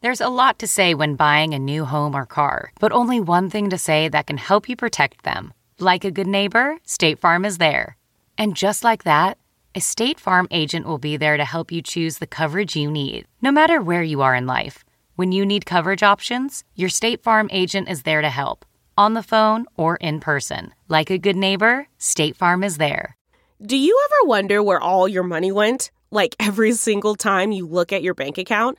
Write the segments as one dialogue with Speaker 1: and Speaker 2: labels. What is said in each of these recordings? Speaker 1: There's a lot to say when buying a new home or car, but only one thing to say that can help you protect them. Like a good neighbor, State Farm is there. And just like that, a State Farm agent will be there to help you choose the coverage you need, no matter where you are in life. When you need coverage options, your State Farm agent is there to help, on the phone or in person. Like a good neighbor, State Farm is there.
Speaker 2: Do you ever wonder where all your money went? Like every single time you look at your bank account?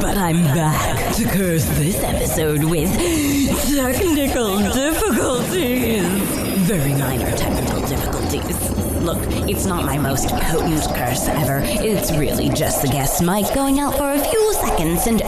Speaker 3: but I'm back to curse this episode with technical difficulties. Very minor technical difficulties. Look, it's not my most potent curse ever. It's really just the guest mic going out for a few seconds and.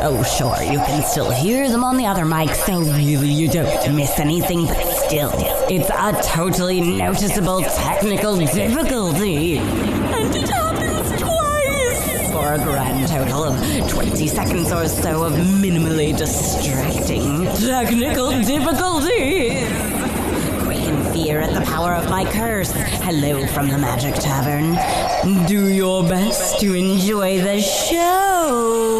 Speaker 3: Oh, sure, you can still hear them on the other mic, so really you don't miss anything, but still, it's a totally noticeable technical difficulty. And it happens twice! For a grand total of 20 seconds or so of minimally distracting technical difficulties in fear at the power of my curse. Hello from the Magic Tavern. Do your best to enjoy the show.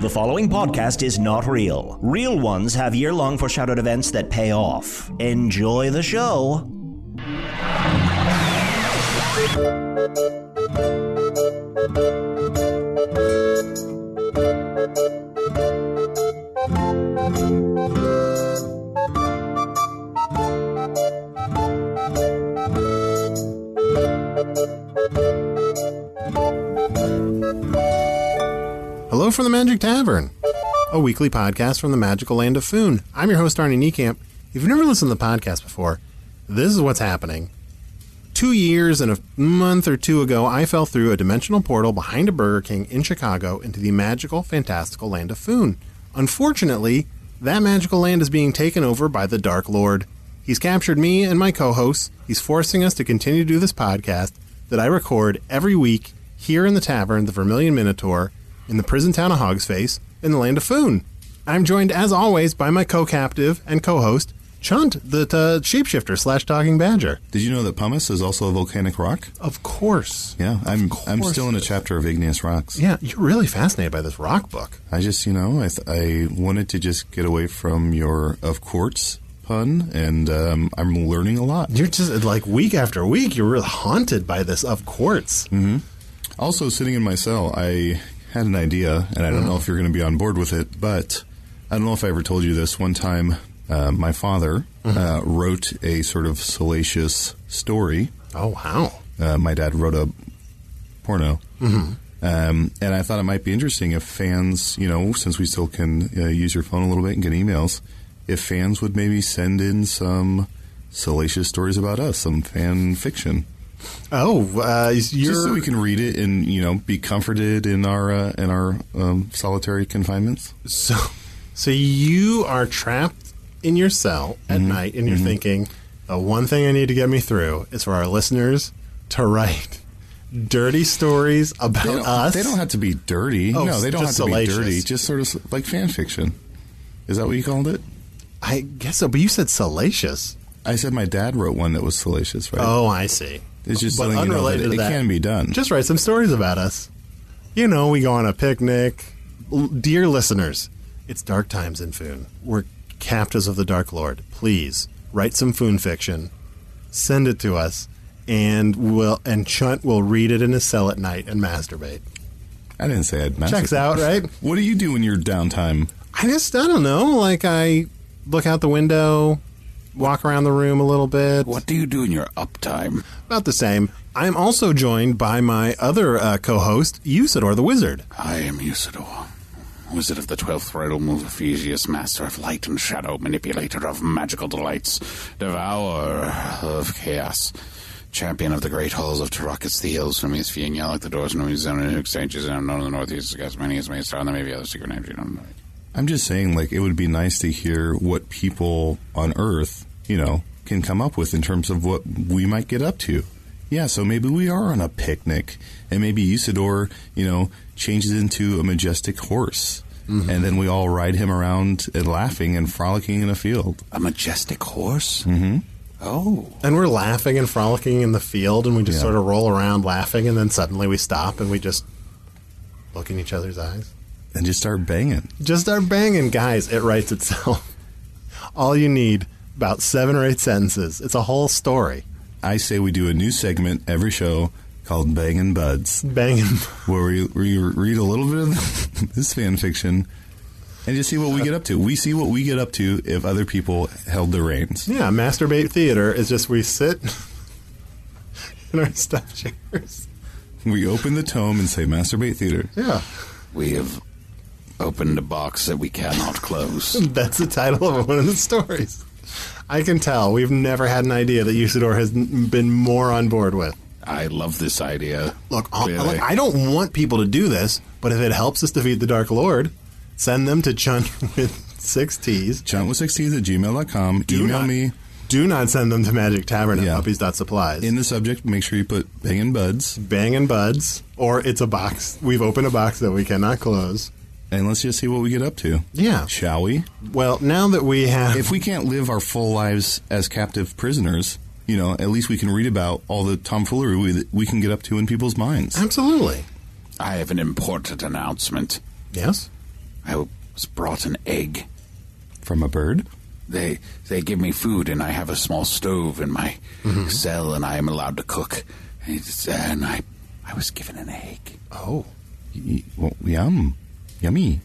Speaker 4: The following podcast is not real. Real ones have year long foreshadowed events that pay off. Enjoy the show.
Speaker 5: Hello from the Magic Tavern, a weekly podcast from the magical land of Foon. I'm your host, Arnie Niekamp. If you've never listened to the podcast before, this is what's happening. Two years and a month or two ago, I fell through a dimensional portal behind a Burger King in Chicago into the magical, fantastical land of Foon. Unfortunately, that magical land is being taken over by the Dark Lord. He's captured me and my co hosts. He's forcing us to continue to do this podcast that I record every week here in the tavern, the Vermilion Minotaur, in the prison town of Hogsface, in the land of Foon. I'm joined, as always, by my co captive and co host, Chunt, the uh, shapeshifter slash talking badger.
Speaker 6: Did you know that pumice is also a volcanic rock?
Speaker 5: Of course.
Speaker 6: Yeah, I'm I'm still in a chapter of igneous rocks.
Speaker 5: Yeah, you're really fascinated by this rock book.
Speaker 6: I just, you know, I, th- I wanted to just get away from your of quartz pun, and um, I'm learning a lot.
Speaker 5: You're just like week after week, you're really haunted by this, of course.
Speaker 6: Hmm. Also, sitting in my cell, I had an idea, and I don't know if you're going to be on board with it, but I don't know if I ever told you this. One time, uh, my father
Speaker 5: Mm-hmm.
Speaker 6: uh, wrote a sort of salacious story.
Speaker 5: Oh, wow.
Speaker 6: Uh, my dad wrote a porno.
Speaker 5: Mm-hmm.
Speaker 6: Um, and I thought it might be interesting if fans, you know, since we still can uh, use your phone a little bit and get emails, if fans would maybe send in some salacious stories about us, some fan fiction.
Speaker 5: Oh, uh, you're.
Speaker 6: Just so we can read it and you know be comforted in our uh, in our um, solitary confinements.
Speaker 5: So, so you are trapped in your cell at
Speaker 6: Mm-hmm.
Speaker 5: night, and you're thinking, the one thing I need to get me through is for our listeners to write dirty stories about
Speaker 6: They don't,
Speaker 5: us.
Speaker 6: they don't have to be dirty.
Speaker 5: Oh,
Speaker 6: no, they don't have
Speaker 5: just
Speaker 6: to
Speaker 5: salacious.
Speaker 6: be dirty. Just sort of s- like fan fiction. Is that what you called it?
Speaker 5: I guess so, but you said salacious.
Speaker 6: I said my dad wrote one that was salacious, right?
Speaker 5: Oh, I see.
Speaker 6: It's just
Speaker 5: but
Speaker 6: letting you know
Speaker 5: unrelated
Speaker 6: that
Speaker 5: to
Speaker 6: it
Speaker 5: that.
Speaker 6: can be done.
Speaker 5: Just write some stories about us. You know, we go on a picnic. L- dear listeners, it's dark times in Foon. We're captives of the Dark Lord. Please write some Foon fiction, send it to us, and will and Chunt will read it in his cell at night and masturbate.
Speaker 6: I didn't say I'd mess
Speaker 5: Checks
Speaker 6: with-
Speaker 5: out, right?
Speaker 6: What do you do in your downtime?
Speaker 5: I just I don't know. Like I look out the window, walk around the room a little bit.
Speaker 7: What do you do in your uptime?
Speaker 5: About the same. I'm also joined by my other uh, co-host, Usador the Wizard.
Speaker 7: I am Usador, wizard of the twelfth realm of Ephesius, master of light and shadow, manipulator of magical delights, devourer of chaos, champion of the great halls of Tarakas, the hills from East Fiangel, like the doors, no zone, and exchanges, and unknown in the northeast, as many as may star, and there may be other secret names you don't know.
Speaker 6: I'm just saying, like, it would be nice to hear what people on Earth, you know, can come up with in terms of what we might get up to. Yeah, so maybe we are on a picnic, and maybe Usador, you know, changes into a majestic horse,
Speaker 5: Mm-hmm.
Speaker 6: and then we all ride him around and laughing and frolicking in a field.
Speaker 7: A majestic horse? Mm-hmm. Oh.
Speaker 5: And we're laughing and frolicking in the field, and we just
Speaker 6: Yeah.
Speaker 5: sort of roll around laughing, and then suddenly we stop and we just look in each other's eyes.
Speaker 6: and just start banging.
Speaker 5: Just start banging, guys. It writes itself. All you need about seven or eight sentences. It's a whole story.
Speaker 6: I say we do a new segment every show called Bangin' Buds,
Speaker 5: Banging.
Speaker 6: where we, we read a little bit of this fan fiction and just see what we get up to. We see what we get up to if other people held the reins.
Speaker 5: Yeah, masturbate theater is just we sit in our stuffed chairs.
Speaker 6: We open the tome and say Masturbate Theater.
Speaker 5: Yeah,
Speaker 7: We have opened a box that we cannot close.
Speaker 5: that's the title of one of the stories. I can tell we've never had an idea that Usador has n- been more on board with.
Speaker 7: I love this idea.
Speaker 5: Look, I'll,
Speaker 7: Really.
Speaker 5: look, I don't want people to do this, but if it helps us defeat the Dark Lord, send them to Chunt with six T's.
Speaker 6: John with 60s at gmail.com.
Speaker 5: Do
Speaker 6: Email
Speaker 5: not-
Speaker 6: me
Speaker 5: Do not send them to Magic Tavern at
Speaker 6: Yeah.
Speaker 5: Puppies Dot Supplies.
Speaker 6: in the subject. Make sure you put Bangin' Buds.
Speaker 5: Bang and buds, or it's a box. We've opened a box that we cannot close.
Speaker 6: And let's just see what we get up to.
Speaker 5: Yeah.
Speaker 6: Shall we?
Speaker 5: Well, now that we have
Speaker 6: if we can't live our full lives as captive prisoners, you know, at least we can read about all the tomfoolery we, that we can get up to in people's minds.
Speaker 5: absolutely
Speaker 7: I have an important announcement.
Speaker 5: yes,
Speaker 7: I was brought an egg.
Speaker 6: From a bird?
Speaker 7: They they give me food, and I have a small stove in my
Speaker 6: Mm-hmm.
Speaker 7: cell, and I am allowed to cook. And, it's- and I I was given an egg.
Speaker 5: oh
Speaker 6: Y- Well, yum. Yummy.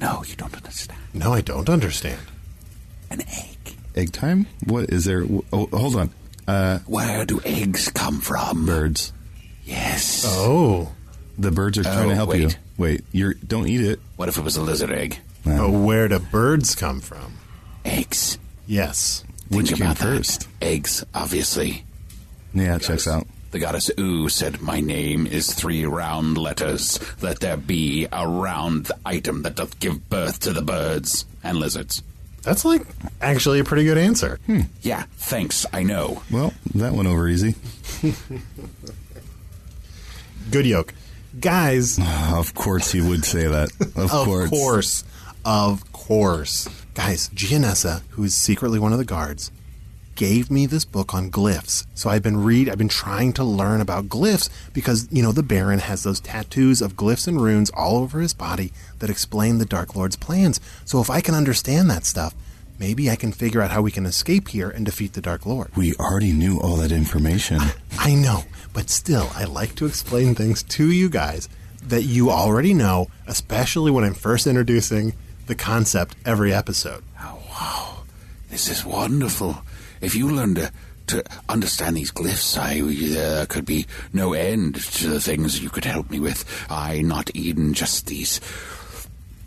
Speaker 7: No, you don't understand.
Speaker 5: no, I don't understand.
Speaker 7: An egg.
Speaker 6: Egg time? What is there? Oh, hold on. Uh,
Speaker 7: Where do eggs come from?
Speaker 6: birds.
Speaker 7: Yes.
Speaker 5: Oh,
Speaker 6: The birds are trying to
Speaker 7: Oh,
Speaker 6: help
Speaker 7: wait.
Speaker 6: you. Wait, you're don't eat it.
Speaker 7: What if it was a lizard egg?
Speaker 5: but where do birds come from?
Speaker 7: Eggs.
Speaker 5: Yes,
Speaker 6: Which
Speaker 7: Think
Speaker 6: came
Speaker 7: about that.
Speaker 6: first?
Speaker 7: Eggs, obviously.
Speaker 6: Yeah, it checks out.
Speaker 7: The goddess U said, My name is three round letters. Let there be a round item that doth give birth to the birds and lizards.
Speaker 5: that's like actually a pretty good answer.
Speaker 6: Hmm.
Speaker 7: Yeah, thanks, I know.
Speaker 6: Well, that went over easy.
Speaker 5: Good yoke, guys.
Speaker 6: of course, he would say that. Of,
Speaker 5: Of course. Of course. Guys, Gianessa, who is secretly one of the guards, gave me this book on glyphs. So I've been read I've been trying to learn about glyphs because, you know, the Baron has those tattoos of glyphs and runes all over his body that explain the Dark Lord's plans. So if I can understand that stuff, maybe I can figure out how we can escape here and defeat the Dark Lord.
Speaker 6: We already knew all that information.
Speaker 5: I know, but still, I like to explain things to you guys that you already know, especially when I'm first introducing the concept every episode.
Speaker 7: Oh, This is wonderful. If you learn to, to understand these glyphs, I there could be no end to the things you could help me with. I not even just these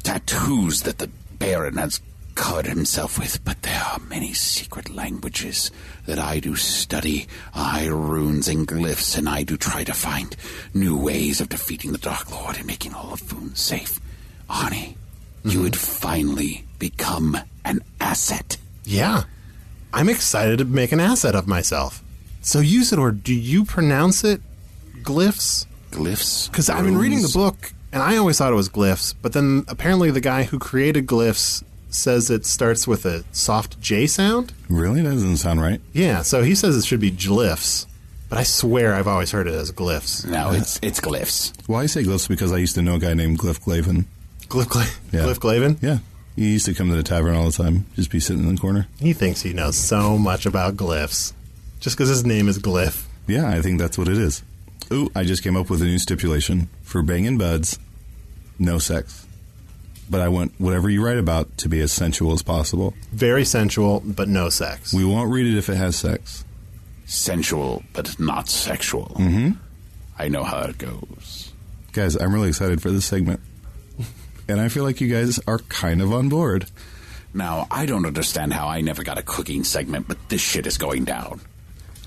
Speaker 7: tattoos that the Baron has covered himself with, but there are many secret languages that I do study. I runes and glyphs, and I do try to find new ways of defeating the Dark Lord and making all of Foon safe. Arnie,
Speaker 5: Mm-hmm.
Speaker 7: you would finally become an asset.
Speaker 5: Yeah, I'm excited to make an asset of myself. So, Usador, do you pronounce it glyphs?
Speaker 7: glyphs.
Speaker 5: Because I've been reading the
Speaker 7: runes.
Speaker 5: book, and I always thought it was glyphs, but then apparently the guy who created glyphs says it starts with a soft J sound.
Speaker 6: really? That doesn't sound right.
Speaker 5: Yeah, so he says it should be glyphs, but I swear I've always heard it as glyphs.
Speaker 7: No, it's it's glyphs.
Speaker 6: Well, I say glyphs because I used to know a guy named Glyph Glavin.
Speaker 5: Glyph, Gla-
Speaker 6: Yeah.
Speaker 5: Glyph Glavin?
Speaker 6: Yeah. He used to come to the tavern all the time, just be sitting in the corner.
Speaker 5: He thinks he knows so much about glyphs just because his name is Glyph.
Speaker 6: Yeah, I think that's what it is. Ooh, I just came up with a new stipulation for banging buds, no sex. But I want whatever you write about to be as sensual as possible.
Speaker 5: Very sensual, but no sex.
Speaker 6: We won't read it if it has sex.
Speaker 7: Sensual, but not sexual.
Speaker 5: Mm-hmm.
Speaker 7: I know how it goes.
Speaker 6: Guys, I'm really excited for this segment. And I feel like you guys are kind of on board.
Speaker 7: Now, I don't understand how I never got a cooking segment, but this shit is going down.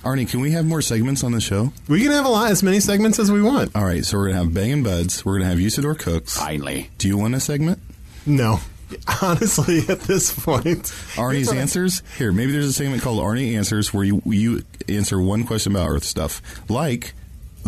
Speaker 6: Arnie, can we have more segments on the show?
Speaker 5: We can have a lot, as many segments as we want.
Speaker 6: All right, so we're going to have Bangin' Buds. We're going to have Usador Cooks.
Speaker 7: Finally.
Speaker 6: Do you want a segment?
Speaker 5: No. Honestly, at this point,
Speaker 6: Arnie's answers? Here, maybe there's a segment called Arnie Answers where you, you answer one question about Earth stuff. Like,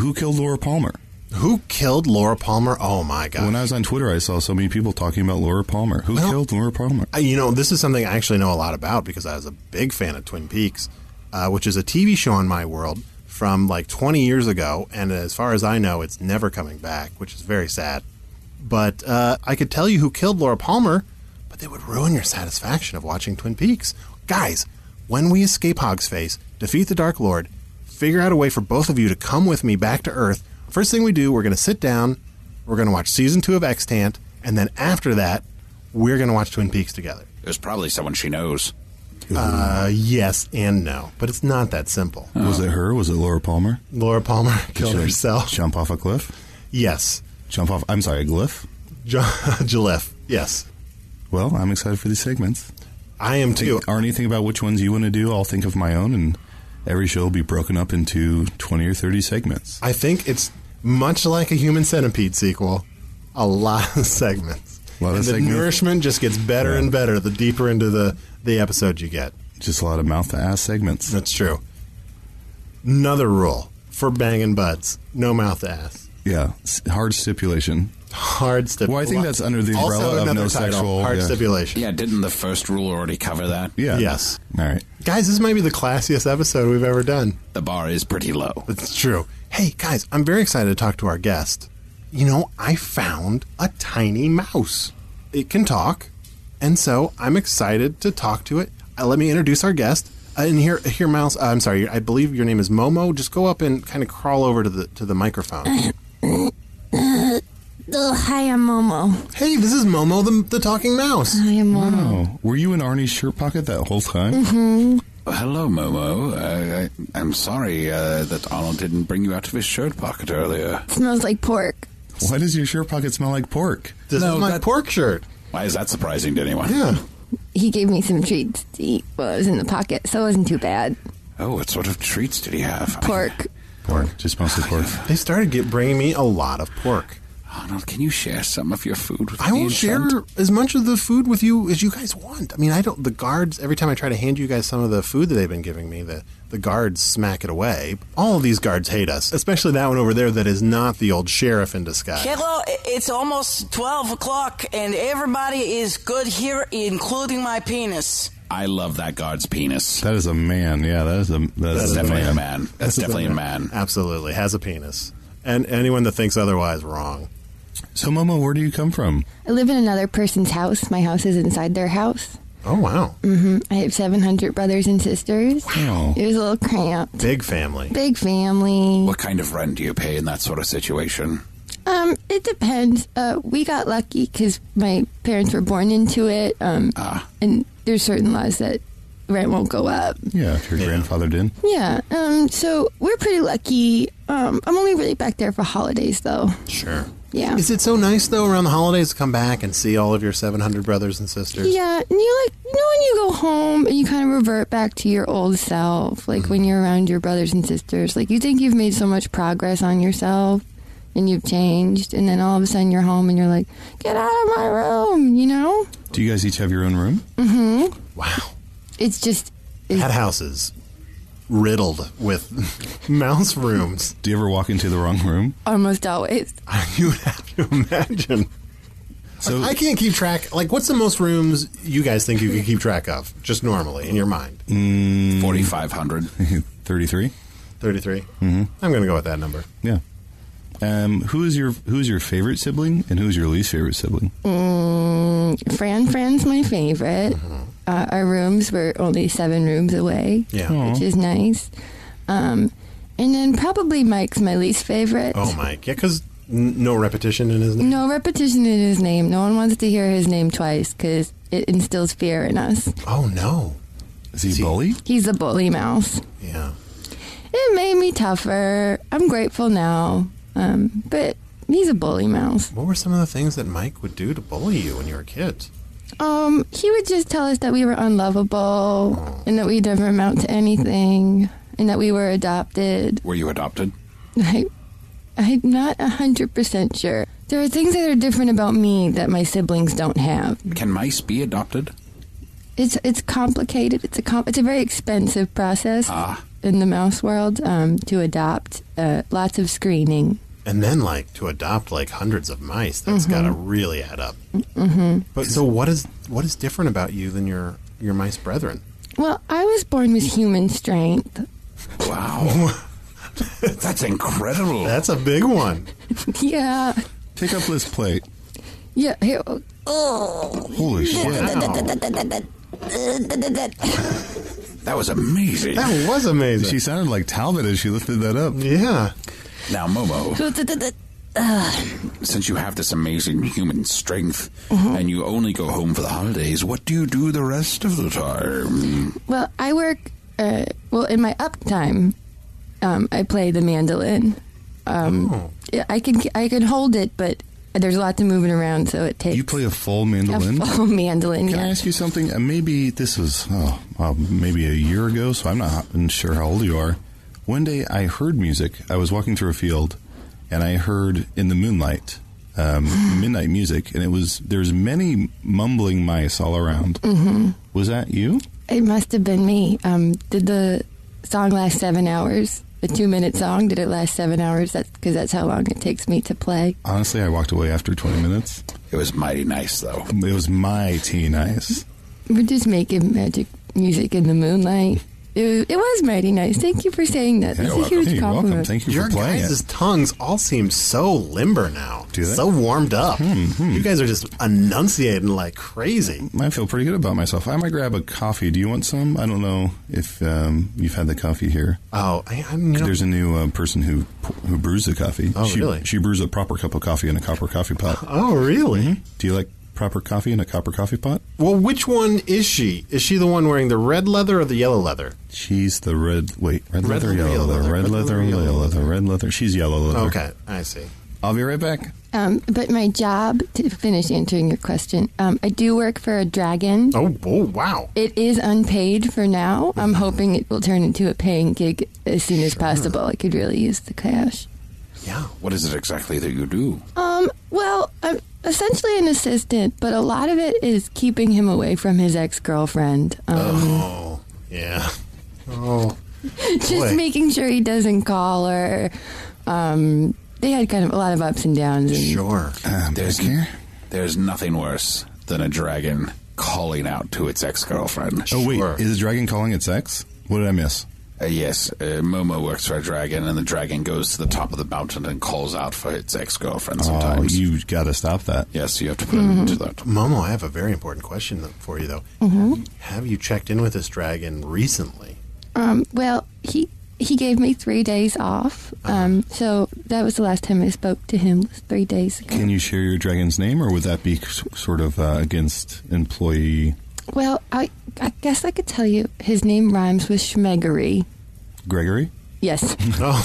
Speaker 6: who killed Laura Palmer?
Speaker 5: who killed Laura Palmer? Oh my god!
Speaker 6: When I was on Twitter, I saw so many people talking about Laura Palmer. Who
Speaker 5: Well-
Speaker 6: killed Laura Palmer?
Speaker 5: Uh, you know, this is something I actually know a lot about because I was a big fan of Twin Peaks, uh, which is a TV show in my world from like 20 years ago. And as far as I know, it's never coming back, which is very sad. But uh, I could tell you who killed Laura Palmer, but they would ruin your satisfaction of watching Twin Peaks. Guys, when we escape Hog's Face, defeat the Dark Lord, figure out a way for both of you to come with me back to Earth, first thing we do, we're going to sit down, we're going to watch season two of Extant, and then after that, we're going to watch Twin Peaks together.
Speaker 7: There's probably someone she knows.
Speaker 5: Uh, yes and no, but it's not that simple.
Speaker 6: Was it her? Was it Laura Palmer?
Speaker 5: Laura Palmer killed
Speaker 6: Should I
Speaker 5: herself.
Speaker 6: Jump off a cliff?
Speaker 5: Yes.
Speaker 6: Jump off, I'm sorry, a glyph?
Speaker 5: John Jalef. Yes.
Speaker 6: Well, I'm excited for these segments.
Speaker 5: I am too.
Speaker 6: Think, Arnie, think about which ones you want to do. I'll think of my own, and every show will be broken up into 20 or 30 segments.
Speaker 5: I think it's much like a Human Centipede sequel, a lot of segments.
Speaker 6: A lot of
Speaker 5: and the
Speaker 6: segments.
Speaker 5: nourishment just gets better
Speaker 6: Yeah.
Speaker 5: and better the deeper into the, the episode you get.
Speaker 6: Just a lot of mouth to ass segments.
Speaker 5: That's true. Another rule for banging butts no mouth to ass.
Speaker 6: Yeah, s- hard stipulation.
Speaker 5: Hard stipulation.
Speaker 6: Well, I think that's under the umbrella of no sexual-
Speaker 5: Hard
Speaker 6: yeah.
Speaker 5: stipulation.
Speaker 7: Yeah, didn't the first rule already cover that?
Speaker 6: Yeah.
Speaker 5: Yes.
Speaker 6: All right.
Speaker 5: Guys, this might be the classiest episode we've ever done.
Speaker 7: The bar is pretty low.
Speaker 5: It's true. Hey, guys, I'm very excited to talk to our guest. You know, I found a tiny mouse. It can talk, and so I'm excited to talk to it. Uh, let me introduce our guest. Uh, and here, here, mouse. Uh, I'm sorry. I believe your name is Momo. Just go up and kind of crawl over to the to the microphone.
Speaker 3: Oh, hi, I'm Momo.
Speaker 5: hey, this is Momo, the, the talking mouse.
Speaker 7: Uh,
Speaker 3: I am Momo.
Speaker 6: Oh, were you in Arnie's shirt pocket that whole time?
Speaker 7: Hello, Momo. Uh, I, I'm sorry uh, that Arnold didn't bring you out of his shirt pocket earlier.
Speaker 3: smells like pork.
Speaker 6: Why does your shirt pocket smell like pork?
Speaker 5: This
Speaker 7: No,
Speaker 5: is my
Speaker 7: that-
Speaker 5: pork shirt.
Speaker 7: Why is that surprising to anyone?
Speaker 5: Yeah.
Speaker 3: He gave me some treats to eat while I was in the pocket, so it wasn't too bad.
Speaker 7: Oh, what sort of treats did he have?
Speaker 3: Pork.
Speaker 6: Pork. Just mostly pork.
Speaker 5: They started get, bringing me a lot of pork.
Speaker 7: Arnold, can you share some of your food with
Speaker 5: I
Speaker 7: me?
Speaker 5: will
Speaker 7: and
Speaker 5: share
Speaker 7: Trent?
Speaker 5: as much of the food with you as you guys want. I mean, I don't. The guards every time I try to hand you guys some of the food that they've been giving me, the the guards smack it away. All of these guards hate us, especially that one over there that is not the old sheriff in disguise.
Speaker 8: Hello, i- it's almost 12 o'clock, and everybody is good here, including my penis.
Speaker 7: I love that guard's penis.
Speaker 6: That is a man. Yeah, that is a that
Speaker 7: That's
Speaker 6: is a
Speaker 7: definitely a
Speaker 6: man.
Speaker 7: man. That's definitely a man.
Speaker 5: Absolutely has a penis, and anyone that thinks otherwise wrong.
Speaker 6: So, Momo, where do you come from?
Speaker 9: I live in another person's house. My house is inside their house.
Speaker 5: Oh wow,
Speaker 9: I have 700 brothers and sisters.
Speaker 6: Wow.
Speaker 9: It was a little cramped.
Speaker 5: big family.
Speaker 9: Big family.
Speaker 7: What kind of rent do you pay in that sort of situation?
Speaker 9: Um, it depends. Uh, we got lucky because my parents were born into it. Um, and there's certain laws that rent won't go up.
Speaker 6: Yeah, if your grandfather did.
Speaker 9: Yeah. Um, so we're pretty lucky. Um, I'm only really back there for holidays though.
Speaker 5: Sure.
Speaker 9: Yeah.
Speaker 5: Is it so nice though around the holidays to come back and see all of your seven hundred brothers and sisters?
Speaker 9: Yeah, and you like you know when you go home and you kind of revert back to your old self, like
Speaker 5: Mm-hmm.
Speaker 9: when you're around your brothers and sisters, like you think you've made so much progress on yourself and you've changed, and then all of a sudden you're home and you're like, get out of my room, you know?
Speaker 6: Do you guys each have your own room?
Speaker 5: Wow.
Speaker 9: It's just
Speaker 5: That house is riddled with mouse rooms.
Speaker 6: Do you ever walk into the wrong room?
Speaker 9: almost always.
Speaker 5: you would have to imagine.
Speaker 6: So-
Speaker 5: I I can't keep track. Like, what's the most rooms you guys think you could keep track of, just normally in your mind?
Speaker 7: 4,500.
Speaker 6: 33?
Speaker 5: 33 Mm-hmm. I'm going to go with that number.
Speaker 6: Yeah. Um, who is your who is your favorite sibling and who is your least favorite sibling?
Speaker 9: Mm, Fran Fran's my favorite.
Speaker 5: Mm-hmm.
Speaker 9: Uh, our rooms were only seven rooms away,
Speaker 5: Yeah.
Speaker 9: which is nice. Um, And then probably Mike's my least favorite.
Speaker 5: Oh, Mike. Yeah, because n- no repetition in his name.
Speaker 9: No repetition in his name. No one wants to hear his name twice because it instills fear in us.
Speaker 5: Oh, no.
Speaker 6: Is he bully?
Speaker 9: He's a bully mouse.
Speaker 5: Yeah.
Speaker 9: It made me tougher. I'm grateful now. Um, but he's a bully mouse.
Speaker 5: What were some of the things that Mike would do to bully you when you were a kid?
Speaker 9: Um, he would just tell us that we were unlovable and that we'd never amount to anything and that we were adopted.
Speaker 7: Were you adopted?
Speaker 9: I, I'm not 100% sure. There are things that are different about me that my siblings don't have.
Speaker 7: Can mice be adopted?
Speaker 9: It's it's complicated. It's a com- it's a very expensive process
Speaker 7: Ah.
Speaker 9: in the mouse world um, to adopt. Uh, lots of screening.
Speaker 5: And then, like, to adopt like hundreds of mice, that's got to really add up. Mm-hmm. But so, what is what is different about you than your your mice brethren?
Speaker 9: Well, I was born with human strength.
Speaker 7: Wow. That's incredible.
Speaker 5: That's a big one.
Speaker 9: yeah,
Speaker 6: Pick up this plate.
Speaker 9: yeah. here- oh.
Speaker 6: Holy shit.
Speaker 5: Wow.
Speaker 7: That was amazing.
Speaker 5: That was amazing.
Speaker 6: She sounded like Talbot as she lifted that up.
Speaker 5: yeah.
Speaker 7: Now, Momo, since you have this amazing human strength
Speaker 6: Mm-hmm.
Speaker 7: and you only go home for the holidays, what do you do the rest of the time?
Speaker 9: Well, I work. Uh, well, in my uptime, um, I play the mandolin. Um,
Speaker 6: Oh.
Speaker 9: yeah, I can I can hold it, but there's lots of moving around, so it takes
Speaker 6: You play a full
Speaker 9: a
Speaker 6: mandolin?
Speaker 9: full mandolin.
Speaker 6: Can I
Speaker 9: Yeah.
Speaker 6: ask you something? Uh, maybe this was oh, uh, maybe a year ago, so I'm not even sure how old you are. One day I heard music. I was walking through a field, and I heard in the moonlight um, midnight music, and it was there's many mumbling mice all around. Mm-hmm. Was that you?
Speaker 9: It must have been me. Um, did the song last seven hours? The two minute song? Did it last seven hours? That's because that's how long it takes me to play.
Speaker 6: Honestly, I walked away after 20 minutes.
Speaker 7: It was mighty nice, though.
Speaker 6: It was my tea nice.
Speaker 9: We're just making magic music in the moonlight. It was, it was mighty nice. Thank you for saying that. That's a huge
Speaker 6: Hey, you're
Speaker 9: compliment.
Speaker 6: welcome. Thank you
Speaker 5: Your
Speaker 6: for playing
Speaker 5: guys'
Speaker 6: it.
Speaker 5: tongues all seem so limber now.
Speaker 6: Do they? Mm-hmm.
Speaker 5: So warmed up. You guys are just enunciating like crazy.
Speaker 6: I feel pretty good about myself. I might grab a coffee. Do you want some? I don't know if um, you've had the coffee here.
Speaker 5: Oh, I, I mean, you know,
Speaker 6: There's a new uh, person who who brews the coffee.
Speaker 5: Oh,
Speaker 6: she,
Speaker 5: really?
Speaker 6: She brews a proper cup of coffee in a copper coffee pot.
Speaker 5: oh, really?
Speaker 6: Do you like proper coffee in a copper coffee pot?
Speaker 5: Well, which one is she? Is she the one wearing the red leather or the yellow leather?
Speaker 6: She's the red. Wait, red, leather,
Speaker 5: leather,
Speaker 6: yellow
Speaker 5: yellow
Speaker 6: leather,
Speaker 5: leather,
Speaker 6: red
Speaker 5: red
Speaker 6: leather,
Speaker 5: leather,
Speaker 6: yellow
Speaker 5: yellow
Speaker 6: leather, red leather. She's yellow leather.
Speaker 5: Okay, I see.
Speaker 6: I'll be right back.
Speaker 9: Um, but my job, to finish answering your question, um, I do work for a dragon.
Speaker 5: Oh, oh wow.
Speaker 9: It is unpaid for now. I'm hoping it will turn into a paying gig as soon as possible. I could really use the cash.
Speaker 5: Yeah.
Speaker 7: What is it exactly that you do?
Speaker 9: Um, well, I'm essentially an assistant, but a lot of it is keeping him away from his ex girlfriend. Um,
Speaker 5: Oh, yeah. Oh,
Speaker 9: just
Speaker 5: boy.
Speaker 9: making sure he doesn't call her. Um, they had kind of a lot of ups and downs. And
Speaker 5: sure.
Speaker 6: Um,
Speaker 7: There's, there's nothing worse than a dragon calling out to its ex girlfriend.
Speaker 6: Oh wait,
Speaker 5: Sure.
Speaker 6: is a dragon calling it sex? What did I miss?
Speaker 7: Uh, yes, uh, Momo works for a dragon, and the dragon goes to the top of the mountain and calls out for its ex girlfriend
Speaker 6: Oh,
Speaker 7: sometimes.
Speaker 6: you got to stop that.
Speaker 7: yes, you have to put an end to that.
Speaker 5: Momo, I have a very important question for you, though. Have you checked in with this dragon recently?
Speaker 9: Um, well, he he gave me three days off.
Speaker 6: Uh-huh.
Speaker 9: Um, so that was the last time I spoke to him was three days ago.
Speaker 6: Can you share your dragon's name, or would that be s- sort of uh, against employee
Speaker 9: Well, I I guess I could tell you his name rhymes with Schmeggery.
Speaker 6: Gregory?
Speaker 9: Yes.
Speaker 5: Oh,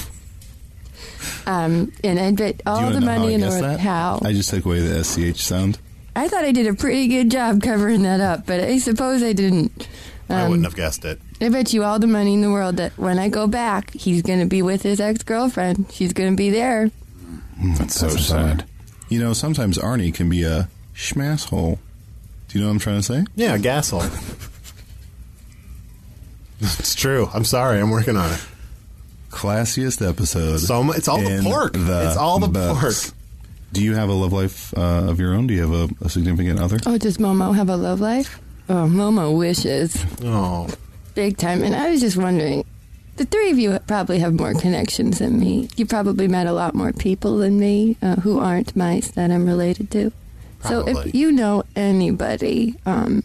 Speaker 9: Um, and I bet
Speaker 6: Do you
Speaker 9: all
Speaker 6: wanna
Speaker 9: the
Speaker 6: know how I
Speaker 9: money in the
Speaker 6: guessed
Speaker 9: world.
Speaker 6: that?
Speaker 9: How?
Speaker 6: I just took away the sch sound.
Speaker 9: I thought I did a pretty good job covering that up, but I suppose I didn't.
Speaker 5: I wouldn't have guessed it.
Speaker 9: I bet you all the money in the world that when I go back, he's going to be with his ex girlfriend. She's going to be there.
Speaker 7: That's so
Speaker 6: Mm-hmm. a bummer.
Speaker 7: sad.
Speaker 6: You know, sometimes Arnie can be a schmasshole. Do you know what I'm trying to say?
Speaker 5: Yeah, a gas hole. it's true. I'm sorry. I'm working on it.
Speaker 6: Classiest episode.
Speaker 5: So mu- it's all the
Speaker 6: in
Speaker 5: pork.
Speaker 6: the
Speaker 5: It's all the
Speaker 6: books.
Speaker 5: pork.
Speaker 6: Do you have a love life uh, of your own? Do you have a, a significant other?
Speaker 9: Oh, does Momo have a love life? Oh, Momo wishes.
Speaker 5: Oh,
Speaker 9: Big time. And I was just wondering the three of you probably have more connections than me. You probably met a lot more people than me uh, who aren't mice that I'm related to. So
Speaker 5: Probably.
Speaker 9: if you know anybody, um,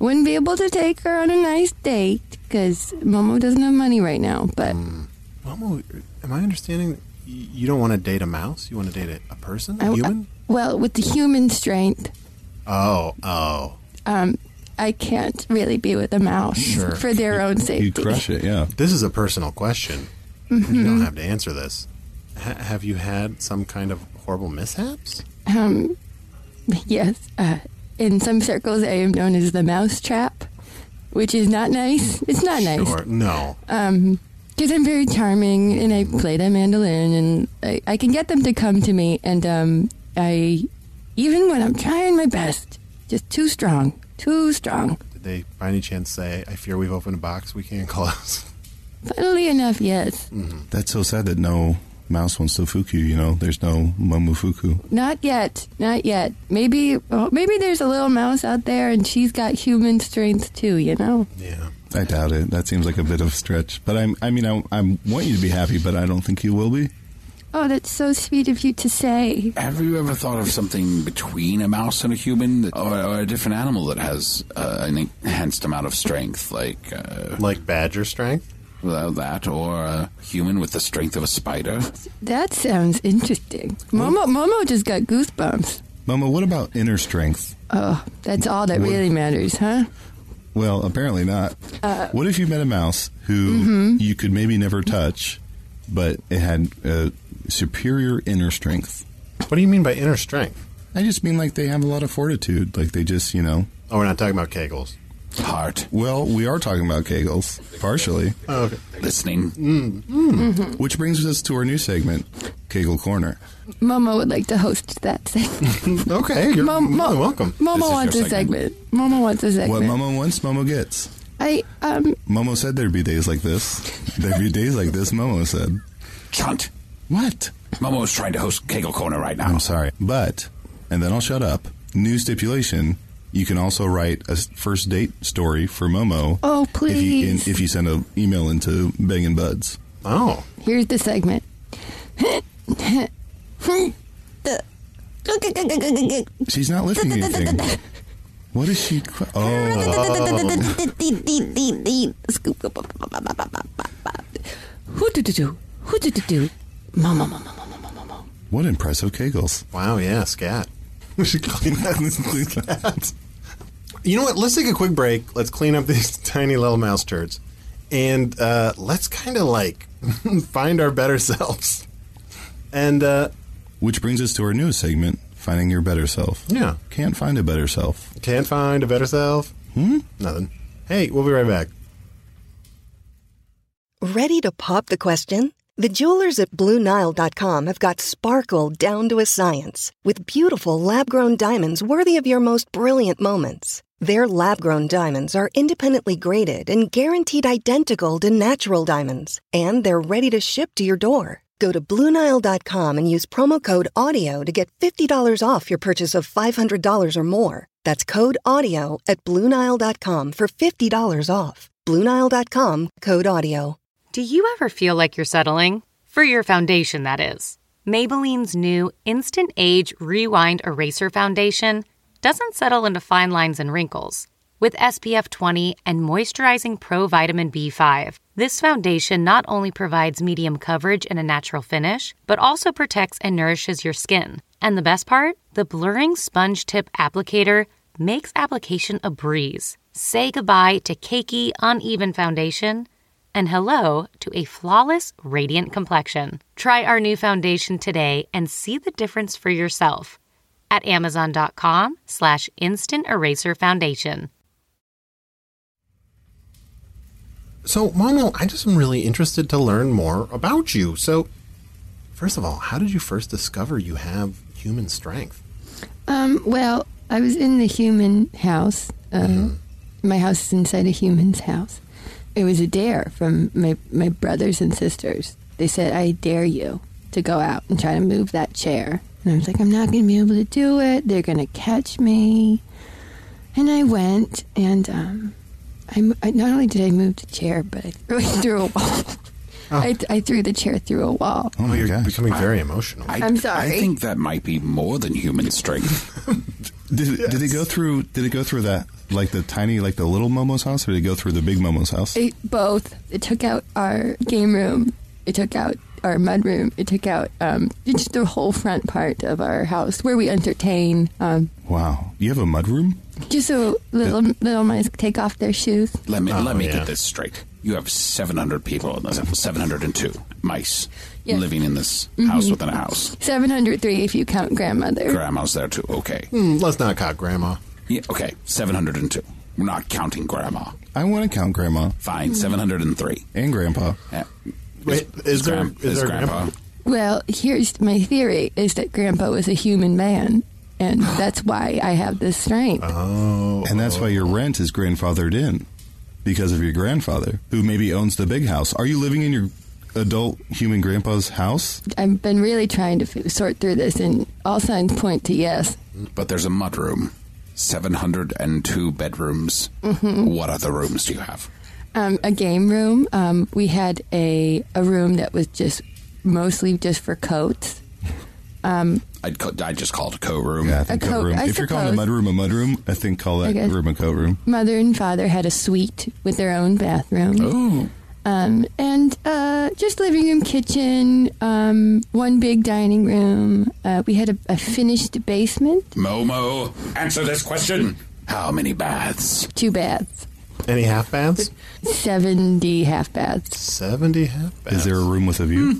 Speaker 9: wouldn't be able to take her on a nice date because Momo doesn't have money right now. But
Speaker 5: What movie? Am I understanding? that y- You don't want to date a mouse. You want to date a, a person, a
Speaker 9: I-
Speaker 5: human.
Speaker 9: well, with the human strength,
Speaker 5: Oh, oh.
Speaker 9: um, I can't really be with a mouse
Speaker 6: Sure.
Speaker 9: for their own
Speaker 6: You
Speaker 9: safety.
Speaker 6: crush it, yeah.
Speaker 5: This is a personal question. You don't have to answer this. H- have you had some kind of horrible mishaps?
Speaker 9: Um, yes. Uh, in some circles, I am known as the mouse trap, which is not nice. It's not Ah, nice.
Speaker 5: Or no?
Speaker 9: Because I'm very charming and I play the mandolin and I, I can get them to come to me. And um, I, even when I'm trying my best, just too strong, too strong.
Speaker 5: Did they by any chance say, "I fear we've opened a box we can't close"?
Speaker 9: Funnily enough, yes.
Speaker 6: That's so sad that no mouse wants to fuku, you know? There's no momofuku.
Speaker 9: Not yet. Not yet. Maybe well, maybe there's a little mouse out there and she's got human strength too, you know?
Speaker 5: yeah.
Speaker 6: I doubt it. That seems like a bit of a stretch. But I'm, I mean, I, I want you to be happy, but I don't think you will be.
Speaker 9: Oh, that's so sweet of you to say.
Speaker 7: Have you ever thought of something between a mouse and a human, that, or, or a different animal that has uh, an enhanced amount of strength, like uh,
Speaker 5: Like badger strength.
Speaker 7: without that, or a human with the strength of a spider?
Speaker 9: That sounds interesting. Momo Momo just got goosebumps.
Speaker 6: Momo, what about inner strength?
Speaker 9: Oh, that's all that
Speaker 6: What-
Speaker 9: really matters, huh?
Speaker 6: Well, apparently not.
Speaker 9: Uh,
Speaker 6: what if you met a mouse who
Speaker 9: Mm-hmm.
Speaker 6: you could maybe never touch, but it had uh, superior inner strength?
Speaker 5: What do you mean by inner strength?
Speaker 6: I just mean like they have a lot of fortitude. Like they just, you know.
Speaker 5: Oh, we're not talking about Kegels.
Speaker 7: Heart,
Speaker 6: Well, we are talking about Kegels, partially.
Speaker 7: listening.
Speaker 6: Which brings us to our new segment, Kegel Corner.
Speaker 9: Momo would like to host that segment.
Speaker 5: Okay, you're
Speaker 9: Mom-
Speaker 5: more than
Speaker 9: Mom-
Speaker 5: welcome.
Speaker 9: Momo
Speaker 6: your
Speaker 9: wants a segment.
Speaker 6: segment.
Speaker 9: Momo wants a
Speaker 6: What
Speaker 9: segment.
Speaker 6: Momo wants, Momo gets.
Speaker 9: I um
Speaker 6: Momo said there'd be days like this. There'd be days like this, Momo said.
Speaker 7: Chunt.
Speaker 6: What?
Speaker 7: Momo's trying to host Kegel Corner right now.
Speaker 6: I'm sorry. But, and then I'll shut up. New stipulation you can also write a s- first date story for Momo.
Speaker 9: Oh,
Speaker 6: If you, in,
Speaker 9: please.
Speaker 6: if you send an email into Bang and Buds.
Speaker 5: Oh,
Speaker 9: here's the segment.
Speaker 6: She's not lifting anything. What is she? Oh.
Speaker 3: Scoop, scoop, scoop, scoop, scoop, scoop, scoop, scoop. Who do do do? Who do do do? Mama, mama, mama, mama, mama.
Speaker 6: What impressive Kegels.
Speaker 5: wow, yeah, scat. We should clean that. scat. You know what? Let's take a quick break. Let's clean up these tiny little mouse turds, and uh, let's kind of like find our better selves. And uh,
Speaker 6: Which brings us to our newest segment, Finding Your Better Self.
Speaker 5: Yeah.
Speaker 6: Can't find a better self.
Speaker 5: can't find a better self. Hmm. Nothing. Hey, we'll be right back.
Speaker 10: Ready to pop the question? The jewelers at BlueNile.com have got sparkle down to a science with beautiful lab grown diamonds worthy of your most brilliant moments. Their lab grown diamonds are independently graded and guaranteed identical to natural diamonds, and they're ready to ship to your door. Go to BlueNile.com and use promo code AUDIO to get $50 off your purchase of $500 or more. That's code AUDIO at BlueNile.com for $50 off. BlueNile.com code AUDIO.
Speaker 1: Do you ever feel like you're settling? For your foundation, that is. Maybelline's new Instant Age Rewind Eraser Foundation doesn't settle into fine lines and wrinkles. With SPF 20 and moisturizing pro vitamin B5, this foundation not only provides medium coverage and a natural finish, but also protects and nourishes your skin. And the best part? The blurring sponge tip applicator makes application a breeze. Say goodbye to cakey, uneven foundation and hello to a flawless, radiant complexion. Try our new foundation today and see the difference for yourself at amazon.com slash instant eraser foundation.
Speaker 5: So, Momo, I just am really interested to learn more about you. So, first of all, how did you first discover you have human strength?
Speaker 9: Um, well, I was in the human house. Uh, My house is inside a human's house. It was a dare from my, my brothers and sisters. They said, I dare you to go out and try to move that chair. And I was like, I'm not going to be able to do it. They're going to catch me. And I went, and um, I, mo- I- not only did I move the chair, but I threw it through a wall. I, I threw the chair through a wall.
Speaker 6: Oh my
Speaker 5: you're
Speaker 6: gosh.
Speaker 5: becoming very emotional.
Speaker 7: I,
Speaker 9: I'm sorry.
Speaker 7: I think that might be more than human strength.
Speaker 6: Did, did it go through? Did it go through that like the tiny, like the little Momo's house, or did it go through the big Momo's house?
Speaker 9: It, both. It took out our game room It took out our mudroom. It took out um, just the whole front part of our house where we entertain. Um,
Speaker 6: Wow. You have a mudroom?
Speaker 9: just so little little mice take off their shoes.
Speaker 7: Let me let me get this straight. You have 700 people in this 702 mice
Speaker 9: Yes. Mm-hmm.
Speaker 7: living in this house within a house.
Speaker 9: Seven hundred three if you count grandmother.
Speaker 7: Grandma's there too. Okay.
Speaker 5: Hmm, let's not cock grandma.
Speaker 7: Yeah, okay. 702. We're not counting grandma.
Speaker 6: I want to count grandma
Speaker 7: Fine. 703.
Speaker 6: and grandpa.
Speaker 7: Eh,
Speaker 5: Wait, is there- is there grandpa?
Speaker 9: Well, here's my theory: is that Grandpa was a human man, and that's why I have this strength.
Speaker 5: Uh-huh. Oh,
Speaker 6: And that's why your rent is grandfathered in because of your grandfather, who maybe owns the big house. Are you living in your adult human grandpa's house?
Speaker 9: I've been really trying to f- sort through this, and all signs point to yes.
Speaker 7: But there's a mudroom. 702 bedrooms. What other rooms do you have?
Speaker 9: Um, a game room. Um, we had a a room that was just mostly just for coats.
Speaker 7: I'd, ca- I'd just call it a co room.
Speaker 6: Yeah, I
Speaker 9: A coat,
Speaker 6: room.
Speaker 9: I
Speaker 6: if you're calling a mud room a mud room, I think call
Speaker 9: I
Speaker 6: that
Speaker 9: guess.
Speaker 6: room a coat room.
Speaker 9: Mother and father had a suite with their own bathroom.
Speaker 7: Oh.
Speaker 9: Um, and uh, just living room, kitchen, um, one big dining room. Uh, we had a, a finished basement,
Speaker 7: Momo, answer this question. How many baths?
Speaker 9: two baths,
Speaker 5: Any half baths?
Speaker 9: 70 half baths.
Speaker 5: 70 half baths.
Speaker 6: Is there a room with a view?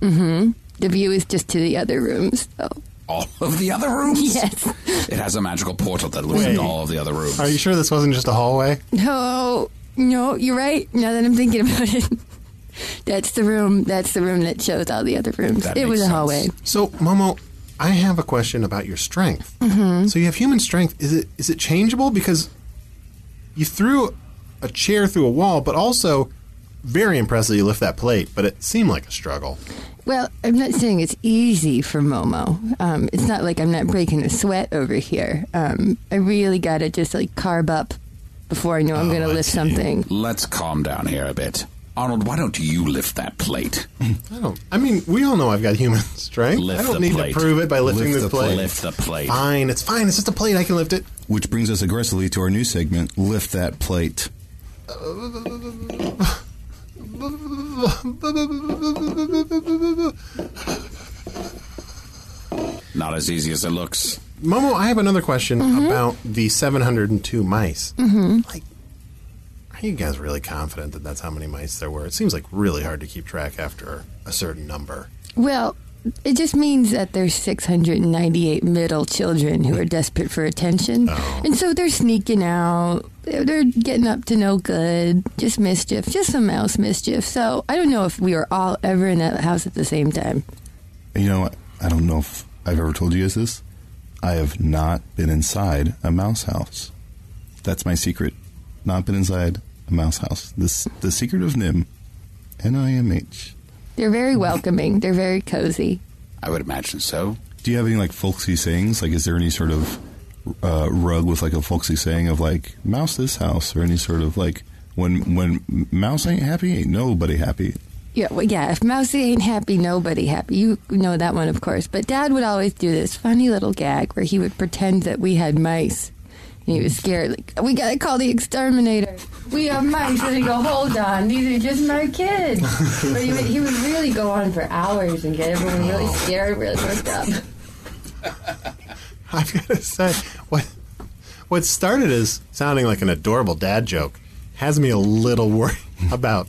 Speaker 9: Hmm. The view is just to the other rooms, though.
Speaker 7: All of the other rooms?
Speaker 9: Yes.
Speaker 7: It has a magical portal that looks into all of the other rooms.
Speaker 5: Are you sure this wasn't just a hallway?
Speaker 9: No, no, you're right. Now that I'm thinking about it, that's the room. That's the room that shows all the other rooms.
Speaker 7: That
Speaker 9: it
Speaker 7: makes
Speaker 9: was a
Speaker 7: sense.
Speaker 9: hallway.
Speaker 5: So, Momo, I have a question about your strength. So you have human strength. Is it is it changeable? Because you threw a chair through a wall, but also very impressive you lift that plate. But it seemed like a struggle.
Speaker 9: Well, I'm not saying it's easy for Momo. Um, it's not like I'm not breaking a sweat over here. Um, I really gotta just like carb up before I know
Speaker 7: Oh,
Speaker 9: I'm gonna lift something.
Speaker 7: Let's calm down here a bit. Arnold, why don't you lift that plate?
Speaker 5: I don't. I mean, we all know I've got human strength.
Speaker 7: Lift
Speaker 5: I don't
Speaker 7: the
Speaker 5: need
Speaker 7: plate.
Speaker 5: to prove it by lifting
Speaker 6: Lift
Speaker 5: this
Speaker 6: the
Speaker 5: plate.
Speaker 6: plate.
Speaker 7: Lift the plate.
Speaker 5: Fine, it's fine. It's just a plate. I can lift it.
Speaker 6: Which brings us aggressively to our new segment, Lift That Plate.
Speaker 7: Not as easy as it looks.
Speaker 5: Momo, I have another question about the 702 mice. Mm-hmm. Like, are you guys really confident that that's how many mice there were? It seems like really hard to keep track after a certain number.
Speaker 9: Well, it just means that there's 698 middle children who are desperate for
Speaker 7: Oh.
Speaker 9: attention,
Speaker 5: Um,
Speaker 9: and so they're sneaking out. They're they're getting up to no good, just mischief, just some mouse mischief. So I don't know if we were all ever in that house at the same time.
Speaker 6: You know, I don't know if I've ever told you guys this. I have not been inside a mouse house. That's my secret. Not been inside a mouse house. This the secret of Nim, N I M H.
Speaker 9: They're very welcoming. They're very cozy.
Speaker 7: I would imagine so.
Speaker 6: Do you have any like folksy sayings? Like, is there any sort of uh, rug with like a folksy saying of like "mouse this house" or any sort of like when when mouse ain't happy, ain't nobody happy.
Speaker 9: Yeah, well, yeah. If Mousy ain't happy, nobody happy. You know that one, of course. But Dad would always do this funny little gag where he would pretend that we had mice. And he was scared, like, we gotta call the exterminator. We have mice. And he'd go, hold on, these are just my kids. But he would, he would really go on for hours and get everyone really scared, really worked up.
Speaker 5: I've got to say, what what started as sounding like an adorable dad joke has me a little worried about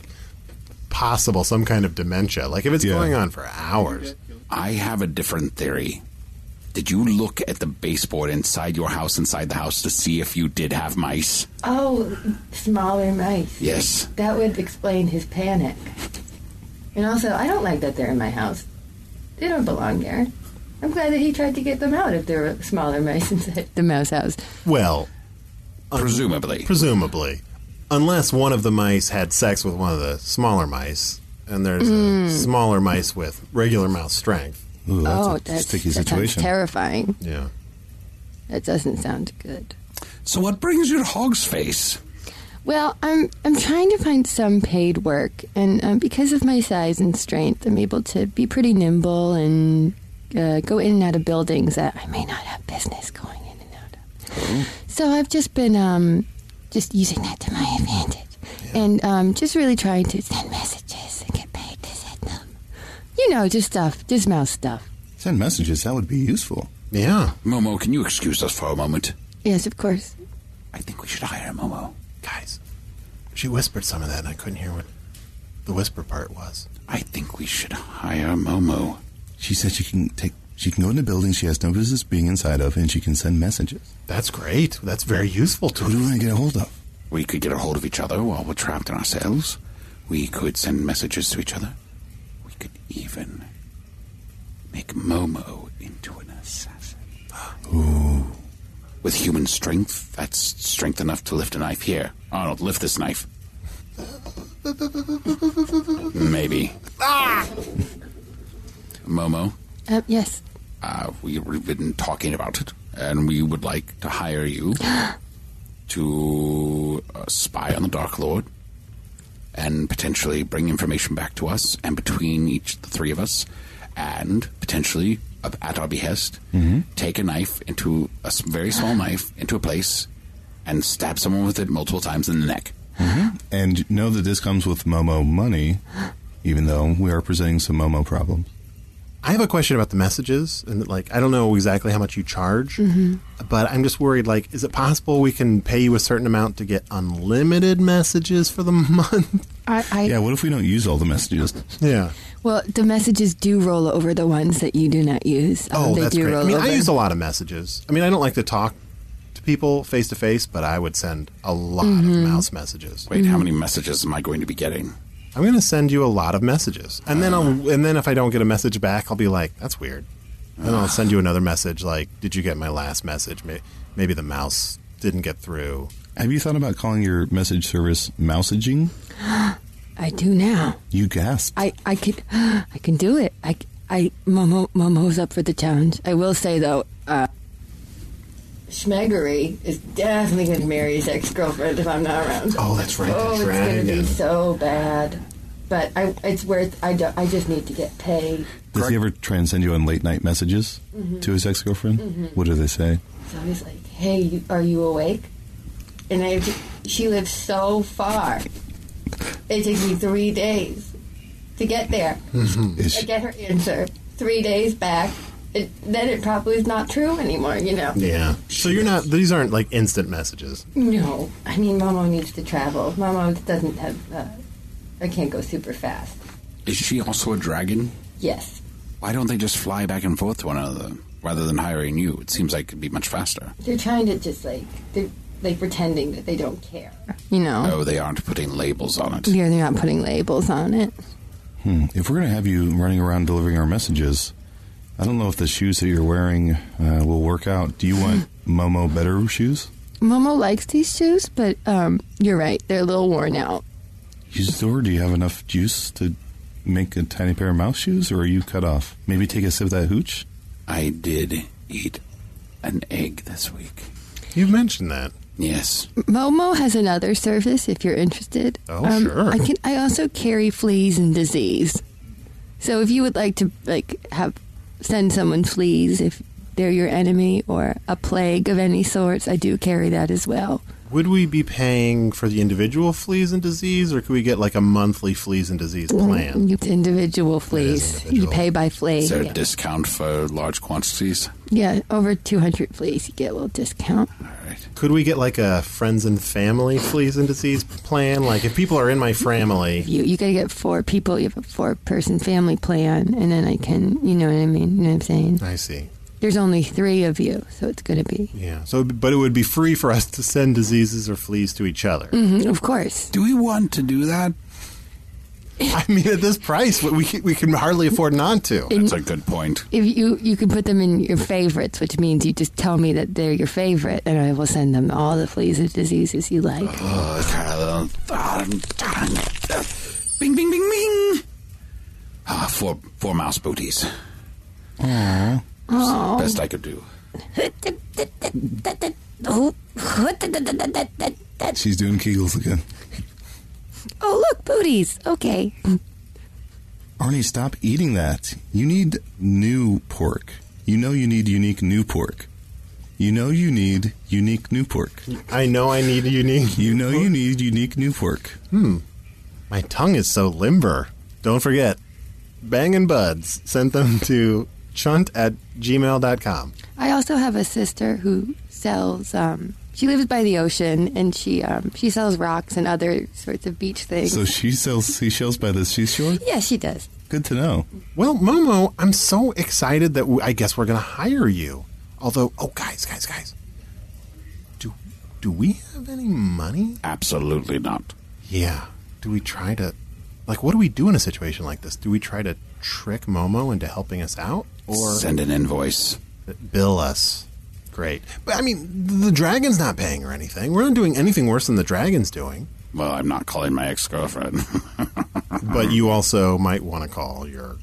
Speaker 5: possible some kind of dementia. Like if it's
Speaker 6: Yeah.
Speaker 5: going on for hours.
Speaker 7: I have a different theory. Did you look at the baseboard inside your house, inside the house, to see if you did have mice?
Speaker 9: Oh, smaller mice.
Speaker 7: Yes.
Speaker 9: That would explain his panic. And also, I don't like that they're in my house. They don't belong there. I'm glad that he tried to get them out if there were smaller mice inside the mouse house.
Speaker 5: Well,
Speaker 7: Um, Presumably.
Speaker 5: presumably, unless one of the mice had sex with one of the smaller mice, and there's a smaller mice with regular mouse strength.
Speaker 6: Ooh, that's
Speaker 9: oh,
Speaker 6: a
Speaker 9: that's,
Speaker 6: sticky
Speaker 9: that
Speaker 6: situation.
Speaker 9: sounds terrifying.
Speaker 5: Yeah.
Speaker 9: That doesn't sound good.
Speaker 7: So what brings you to Hog's Face?
Speaker 9: Well, I'm I'm trying to find some paid work, and um, because of my size and strength, I'm able to be pretty nimble and uh, go in and out of buildings that I may not have business going in and out of.
Speaker 5: Mm-hmm.
Speaker 9: So I've just been um, just using that to my advantage, and um, just really trying to send messages and get paid to send them. You know, just stuff, just mouse stuff.
Speaker 6: Send messages. That would be useful.
Speaker 5: Yeah.
Speaker 7: Momo, can you excuse us for a moment?
Speaker 9: Yes, of course.
Speaker 7: I think we should hire Momo.
Speaker 5: Guys, she whispered some of that, and I couldn't hear what the whisper part was.
Speaker 7: I think we should hire Momo.
Speaker 6: She said she can take. She can go in a building she has no business being inside of, and she can send messages.
Speaker 5: That's great. That's very useful
Speaker 6: Who do
Speaker 5: to
Speaker 6: we want to get a hold of?
Speaker 7: We could get a hold of each other while we're trapped in our cells. We could send messages to each other. We could even make Momo into an assassin. With human strength, that's strength enough to lift a knife. Here, Arnold, lift this knife. Maybe. Momo,
Speaker 9: Uh, yes.
Speaker 7: uh, we've been talking about it, and we would like to hire you to uh, spy on the Dark Lord and potentially bring information back to us, and between each the three of us, and potentially uh, at our behest, take a knife into a s- very small knife into a place and stab someone with it multiple times in the neck.
Speaker 6: And know that this comes with Momo money, even though we are presenting some Momo problems.
Speaker 5: I have a question about the messages, and like, I don't know exactly how much you charge, but I'm just worried. Like, is it possible we can pay you a certain amount to get unlimited messages for the month?
Speaker 9: I, I
Speaker 6: Yeah, what if we don't use all the messages?
Speaker 5: yeah.
Speaker 9: well, the messages do roll over the ones that you do not use. Um,
Speaker 5: Oh,
Speaker 9: they
Speaker 5: that's
Speaker 9: do
Speaker 5: great. I
Speaker 9: roll
Speaker 5: mean,
Speaker 9: over.
Speaker 5: I use a lot of messages. I mean, I don't like to talk to people face to face, but I would send a lot
Speaker 9: Mm-hmm.
Speaker 5: of mouse messages.
Speaker 7: Wait, how many messages am I going to be getting?
Speaker 5: I'm going to send you a lot of messages, and then I'll, and then if I don't get a message back, I'll be like, "That's weird." Then I'll send you another message like, "Did you get my last message? May- Maybe the mouse didn't get through."
Speaker 6: Have you thought about calling your message service mousaging?
Speaker 9: I do now.
Speaker 6: You gasped.
Speaker 9: I, I could, I can do it. I, I, Momo, Momo's up for the challenge. I will say though, uh, Schmeggery is definitely going to marry his ex-girlfriend if I'm not around.
Speaker 5: Oh, that's right.
Speaker 9: Oh, it's going to be so bad. But I, it's worth. I don't. I just need to get paid.
Speaker 6: Does he ever try and send you on late night messages to his ex girlfriend? What do they say?
Speaker 9: So I was like, "Hey, you, are you awake?" And I, have to- she lives so far. It takes me three days to get there.
Speaker 6: Is
Speaker 9: I
Speaker 6: she,
Speaker 9: get her answer three days back. It, then it probably is not true anymore. You know.
Speaker 5: Yeah. So you're not. These aren't like instant messages.
Speaker 9: No, I mean, Momo needs to travel. Momo doesn't have. Uh, I can't go super fast.
Speaker 7: Is she also a dragon?
Speaker 9: Yes,
Speaker 7: Why don't they just fly back and forth to one another rather than hiring you? It seems like it'd be much faster.
Speaker 9: they're trying to just like they're like pretending that they don't care. You know.
Speaker 7: Oh, they aren't putting labels on it.
Speaker 9: Yeah, they're not putting labels on it.
Speaker 6: hmm, if we're going to have you running around delivering our messages, I don't know if the shoes that you're wearing uh, will work out. Do you want Momo better shoes?
Speaker 9: Momo likes these shoes, but um, you're right. They're a little worn out.
Speaker 6: Use or do you have enough juice to make a tiny pair of mouse shoes, or are you cut off? Maybe take a sip of that hooch.
Speaker 7: I did eat an egg this week.
Speaker 5: You mentioned that.
Speaker 7: Yes.
Speaker 9: Momo has another service if you're interested. Um,
Speaker 5: Oh, sure.
Speaker 9: I can. I also carry fleas and disease. So if you would like to like have send someone fleas if they're your enemy or a plague of any sorts, I do carry that as well.
Speaker 5: Would we be paying for the individual fleas and disease, or could we get like a monthly fleas and disease plan?
Speaker 9: It's individual fleas.
Speaker 5: individual.
Speaker 9: You pay by flea.
Speaker 7: Is there
Speaker 9: Yeah.
Speaker 7: a discount for large quantities?
Speaker 9: yeah, over 200 fleas, you get a little discount.
Speaker 7: All right.
Speaker 5: Could we get like a friends and family fleas and disease plan? Like if people are in my family,
Speaker 9: you you gotta get four people you have a four person family plan and then i can you know what i mean you know what i'm saying
Speaker 5: I see.
Speaker 9: there's only three of you so it's gonna be
Speaker 5: Yeah. So, but it would be free for us to send diseases or fleas to each other.
Speaker 9: Mhm, of course
Speaker 7: Do we want to do that?
Speaker 5: I mean, at this price, we we can hardly afford not to.
Speaker 7: That's a good point.
Speaker 9: if you you can put them in your favorites which means you just tell me that they're your favorite and i will send them all the fleas and diseases you like
Speaker 6: Uh-huh.
Speaker 7: Uh, um, bing, bing, bing, bing. Ah, four, four mouse booties.
Speaker 9: oh
Speaker 7: Best I could do.
Speaker 6: She's doing Kegels again.
Speaker 9: oh look booties okay
Speaker 6: Arnie, stop eating that. You need new pork. You know you need unique new pork. You know you need unique new pork.
Speaker 5: I know I need unique.
Speaker 6: You know you need unique new pork.
Speaker 5: My tongue is so limber. Don't forget, Bang and Buds sent them to chunt at gmail.com.
Speaker 9: I also have a sister who sells. Um, she lives by the ocean, and she um, she sells rocks and other sorts of beach things.
Speaker 6: So she sells seashells by the seashore?
Speaker 9: yeah, she does.
Speaker 6: Good to know.
Speaker 5: Well, Momo, I'm so excited that we, I guess we're going to hire you. Although, oh, guys, guys, guys. Do, do we have any money?
Speaker 7: Absolutely not.
Speaker 5: Yeah. Do we try to. Like, what do we do in a situation like this? Do we try to trick Momo into helping us out? Or.
Speaker 7: Send an invoice.
Speaker 5: bill us. Great. But I mean, the dragon's not paying or anything. We're not doing anything worse than the dragon's doing.
Speaker 7: Well, I'm not calling my ex girlfriend.
Speaker 5: But you also might want to call your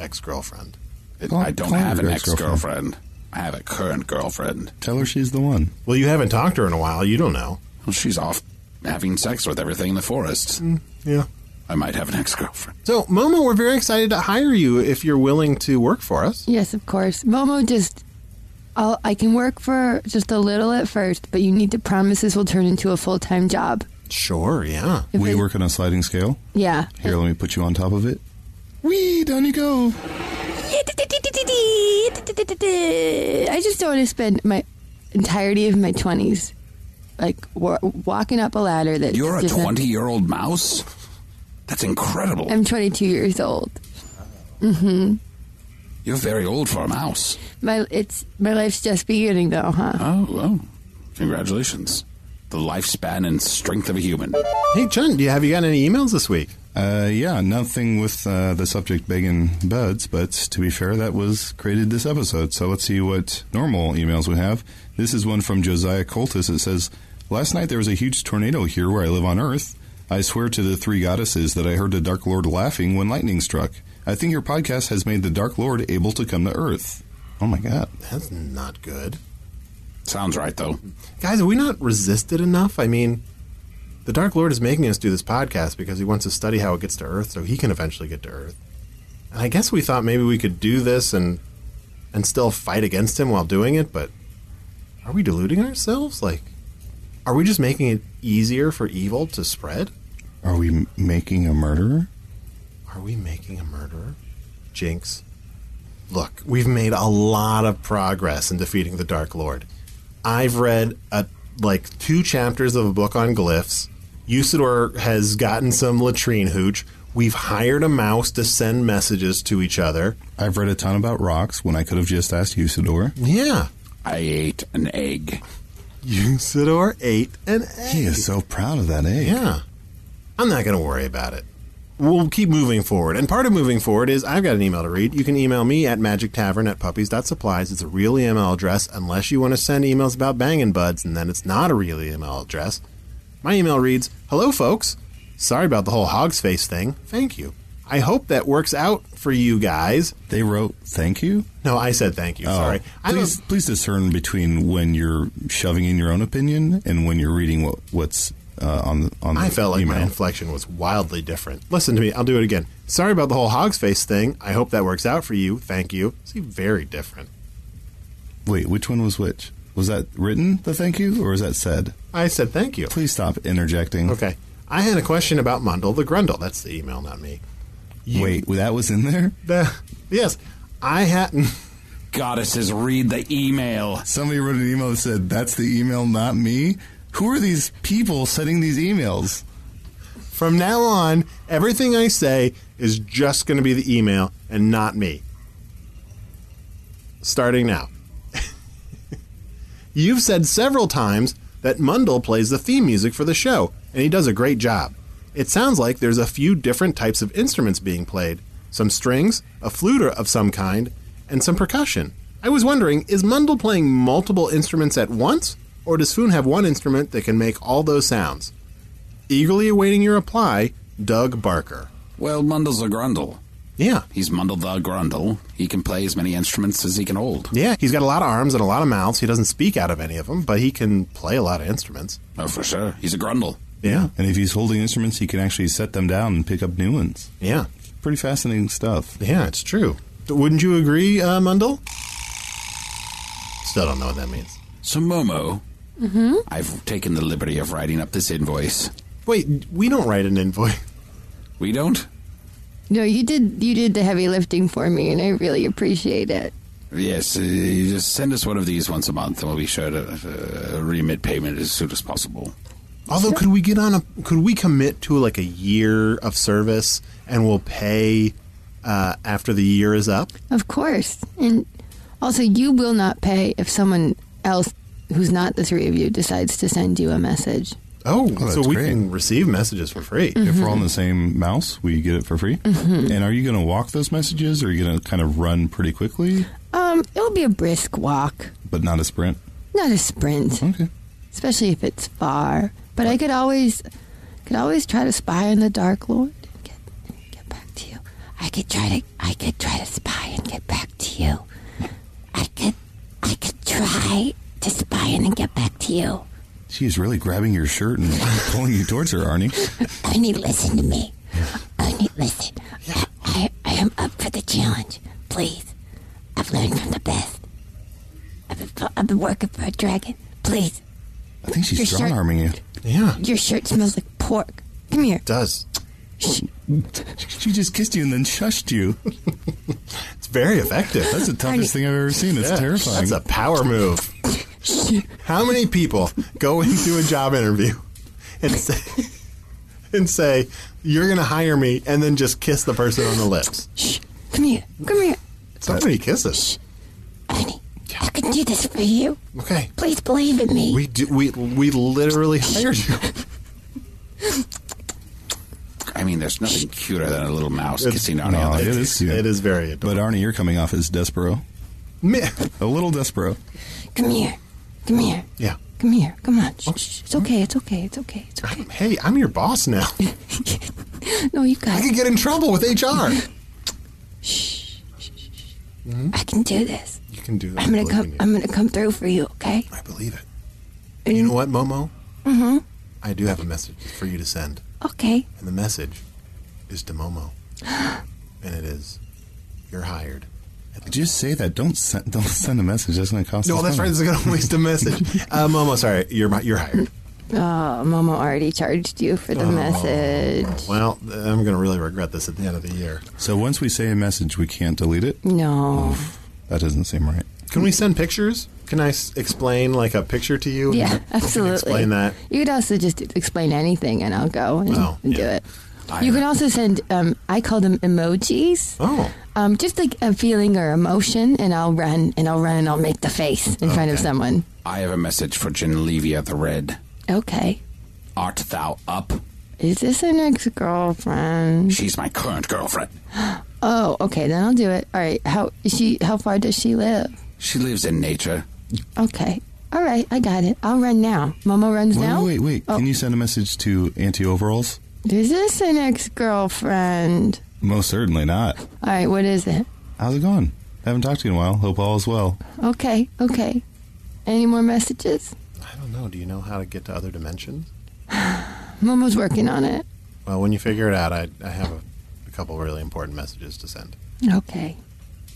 Speaker 5: ex girlfriend.
Speaker 7: I don't have an ex girlfriend. I have a current girlfriend.
Speaker 6: Tell her she's the one.
Speaker 5: Well, you haven't talked to her in a while. You don't know.
Speaker 7: Well, she's off having sex with everything in the forest.
Speaker 5: Yeah.
Speaker 7: I might have an ex girlfriend.
Speaker 5: So, Momo, we're very excited to hire you if you're willing to work for us.
Speaker 9: Yes, of course. Momo just. I'll, I can work for just a little at first, but you need to promise this will turn into a full time job.
Speaker 5: Sure, yeah.
Speaker 9: If
Speaker 6: We
Speaker 9: it-
Speaker 6: work on a sliding scale.
Speaker 9: Yeah.
Speaker 6: Here, let me put you on top of it. Wee, down you go.
Speaker 9: I just don't want to spend my entirety of my 20s like wa- walking up a ladder that
Speaker 7: You're a 20 year old mouse? That's incredible.
Speaker 9: I'm 22 years old. hmm
Speaker 7: You're very old for a mouse.
Speaker 9: My it's my life's just beginning though, huh?
Speaker 7: Oh, well. Congratulations. The lifespan and strength of a human.
Speaker 5: Hey, Chun, do you, have you got any emails this week?
Speaker 6: Uh, yeah, nothing with uh, the subject begging buds, but to be fair, that was created this episode. So let's see what normal emails would have. This is one from Josiah Coltis. It says, Last night there was a huge tornado here where I live on Earth. I swear to the three goddesses that I heard the Dark Lord laughing when lightning struck. I think your podcast has made the Dark Lord able to come to Earth. Oh my god.
Speaker 5: That's not good.
Speaker 7: Sounds right, though.
Speaker 5: Guys, have we not resisted enough? I mean, the Dark Lord is making us do this podcast because he wants to study how it gets to Earth so he can eventually get to Earth. And I guess we thought maybe we could do this and and still fight against him while doing it, but are we deluding ourselves? Like are we just making it easier for evil to spread?
Speaker 6: Are we m- making a murderer?
Speaker 5: Are we making a murderer? Jinx. Look, we've made a lot of progress in defeating the Dark Lord. I've read a, like two chapters of a book on glyphs. Usador has gotten some latrine hooch. We've hired a mouse to send messages to each other.
Speaker 6: I've read a ton about rocks when I could have just asked Usador.
Speaker 5: Yeah.
Speaker 7: I ate an egg.
Speaker 5: Usador ate an egg.
Speaker 6: He is so proud of that eh? egg.
Speaker 5: Yeah. I'm not going to worry about it. We'll keep moving forward. And part of moving forward is I've got an email to read. You can email me at magictavern at puppies.supplies. It's a real email address, unless you want to send emails about banging buds, and then it's not a real email address. My email reads Hello, folks. Sorry about the whole hog's face thing. Thank you. I hope that works out for you guys.
Speaker 6: They wrote, thank you?
Speaker 5: No, I said thank you. Sorry. I don't-
Speaker 6: Oh. please, please discern between when you're shoving in your own opinion and when you're reading what what's uh, on the on the
Speaker 5: I felt like
Speaker 6: email.
Speaker 5: my inflection was wildly different. Listen to me. I'll do it again. Sorry about the whole hog's face thing. I hope that works out for you. Thank you. See, very different.
Speaker 6: Wait, which one was which? Was that written the thank you or was that said?
Speaker 5: I said thank you.
Speaker 6: Please stop interjecting.
Speaker 5: Okay. I had a question about Mundle the Grundle. That's the email, not me. You-
Speaker 6: Wait, that was in there?
Speaker 5: The, yes. I had.
Speaker 7: Goddesses, read the email.
Speaker 6: Somebody wrote an email that said, "That's the email, not me." Who are these people sending these emails?
Speaker 5: From now on, everything I say is just going to be the email and not me. Starting now. You've said several times that Mundell plays the theme music for the show, and he does a great job. It sounds like there's a few different types of instruments being played some strings, a flute of some kind, and some percussion. I was wondering is Mundell playing multiple instruments at once, or does Foon have one instrument that can make all those sounds? Eagerly awaiting your reply, Doug Barker.
Speaker 7: Well, Mundle's a grundle.
Speaker 5: Yeah.
Speaker 7: He's Mundle the grundle. He can play as many instruments as he can hold.
Speaker 5: Yeah, he's got a lot of arms and a lot of mouths. He doesn't speak out of any of them, but he can play a lot of instruments.
Speaker 7: Oh, for sure. He's a grundle.
Speaker 5: Yeah.
Speaker 6: And if he's holding instruments, he can actually set them down and pick up new ones.
Speaker 5: Yeah.
Speaker 6: Pretty fascinating stuff.
Speaker 5: Yeah, it's true. Wouldn't you agree, uh, Mundell? Still don't know what that means.
Speaker 7: So, Momo, I've taken the liberty of writing up this invoice.
Speaker 5: Wait, we don't write an invoice.
Speaker 7: We don't?
Speaker 9: No, you did. You did the heavy lifting for me, and I really appreciate it.
Speaker 7: Yes, uh, you just send us one of these once a month, and we'll be sure to uh, remit payment as soon as possible.
Speaker 5: Although, could we get on a? Could we commit to like a year of service, and we'll pay uh, after the year is up?
Speaker 9: Of course. And also, you will not pay if someone else who's not the three of you decides to send you a message.
Speaker 5: Oh,
Speaker 6: that's
Speaker 5: so we
Speaker 6: great.
Speaker 5: can receive messages for free.
Speaker 9: Mm-hmm.
Speaker 6: If we're all in the same mouse, we get it for free. And are you going to walk those messages, or are you going to kind of run pretty quickly,
Speaker 9: Um, it'll be a brisk walk,
Speaker 6: but not a sprint?
Speaker 9: not a sprint,
Speaker 6: Okay.
Speaker 9: especially if it's far. But I could always, could always try to spy in the dark, Lord. and Get, get back to you. I could try to, I could try to spy and get back to you. I could, I could try to spy and then get back to you.
Speaker 6: She's really grabbing your shirt and pulling you towards her, Arnie.
Speaker 9: Ernie, listen to me. Ernie, listen. I, I am up for the challenge. Please. I've learned from the best. I've been, I've been working for a dragon. Please.
Speaker 6: I think she's
Speaker 9: Your
Speaker 6: strong
Speaker 9: shirt-
Speaker 6: arming you.
Speaker 5: Yeah,
Speaker 9: Your shirt smells like pork. Come here.
Speaker 5: it does.
Speaker 6: She just kissed you and then shushed you.
Speaker 5: It's very effective.
Speaker 6: That's the toughest thing I've ever seen. It's
Speaker 5: Yeah,
Speaker 6: terrifying.
Speaker 5: That's a power move. How many people go into a job interview and say, and say you're going to hire me, and then just kiss the person on the lips?
Speaker 9: Shh. Come here. Come here.
Speaker 5: So many kisses.
Speaker 9: Ernie, I can do this for you.
Speaker 5: Okay,
Speaker 9: Please believe in me.
Speaker 5: we do, we we literally hired you.
Speaker 7: I mean, there's nothing cuter than a little mouse
Speaker 5: It's-
Speaker 7: kissing Arnie
Speaker 6: No,
Speaker 7: on
Speaker 6: it
Speaker 7: the
Speaker 6: is cute.
Speaker 5: It is very
Speaker 6: But
Speaker 5: adorable.
Speaker 6: Arnie, you're coming off as Despero.
Speaker 5: Me-
Speaker 6: A little Despero.
Speaker 9: Come here. Come here.
Speaker 5: yeah.
Speaker 9: Come here. Come on. Shh, shh. It's okay. It's okay. It's okay. It's okay.
Speaker 5: Hey, I'm your boss now.
Speaker 9: No, you
Speaker 5: I
Speaker 9: got it.
Speaker 5: could get in trouble with HR.
Speaker 9: I can do this.
Speaker 5: You can do that.
Speaker 9: I'm gonna
Speaker 5: Mm-hmm. believe
Speaker 9: come.
Speaker 5: in you.
Speaker 9: I'm gonna come through for you. Okay.
Speaker 5: I believe it. And you know what, Momo? Mm-hmm. I do have a message for you to send.
Speaker 9: Okay.
Speaker 5: And the message is to Momo. and it is, you're hired.
Speaker 6: Just say that. Don't send, don't send a message. That's going to cost
Speaker 5: No,
Speaker 6: us
Speaker 5: that's right.
Speaker 6: money.
Speaker 5: This is going to waste a message. Uh, Momo, sorry. You're, mi- you're hired.
Speaker 9: Oh, Mama already charged you for the
Speaker 5: Oh.
Speaker 9: message.
Speaker 5: Well, th- I'm going to really regret this at the end of the year.
Speaker 6: So once we say a message, we can't delete it.
Speaker 9: No.
Speaker 6: That doesn't seem right.
Speaker 5: Can we send pictures? Can I s- explain like a picture to you?
Speaker 9: Yeah, absolutely.
Speaker 5: Explain that.
Speaker 9: You could also just explain anything, and I'll go and,
Speaker 5: Oh,
Speaker 9: and
Speaker 5: yeah.
Speaker 9: do it. you can also send. Um, I call them emojis.
Speaker 5: Oh.
Speaker 9: Um, just like a feeling or emotion, and I'll run and I'll run and I'll make the face in front of someone.
Speaker 7: I have a message for Genlevia the Red.
Speaker 9: Okay.
Speaker 7: Art thou up?
Speaker 9: Is this an ex-girlfriend?
Speaker 7: She's my current girlfriend.
Speaker 9: Oh, okay. Then I'll do it. All right. How is she? How far does she live?
Speaker 7: She lives in nature.
Speaker 9: Okay. All right. I got it. I'll run now. Momo runs
Speaker 6: Wait,
Speaker 9: now.
Speaker 6: wait, wait.
Speaker 9: Oh.
Speaker 6: Can you send a message to Anti Overalls?
Speaker 9: Is this an ex-girlfriend?
Speaker 6: Most certainly not.
Speaker 9: All right, what is it?
Speaker 6: How's it going? Haven't talked to you in a while. Hope all is well.
Speaker 9: Okay, okay. Any more messages?
Speaker 5: I don't know. Do you know how to get to other dimensions?
Speaker 9: Momo's working on it.
Speaker 5: Well, when you figure it out, I, I have a, a couple really important messages to send.
Speaker 9: Okay.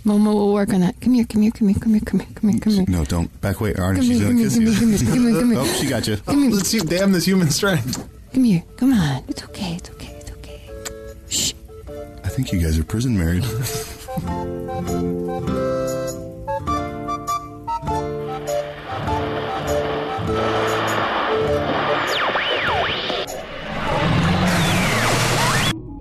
Speaker 9: Momo will work on that. Come here, come here, come here, come here, come here, come here, come here.
Speaker 6: No, don't. Back away, Arnie.
Speaker 9: Come
Speaker 6: She's
Speaker 9: here,
Speaker 6: going to
Speaker 9: come here,
Speaker 6: kiss
Speaker 9: come here, come
Speaker 6: you.
Speaker 9: here, come here, come
Speaker 6: Oh,
Speaker 9: here.
Speaker 6: she got you.
Speaker 5: Oh, let's see. Damn this human strength.
Speaker 9: Come here, come on. It's okay, it's okay, it's okay. Shh.
Speaker 6: I think you guys are prison married.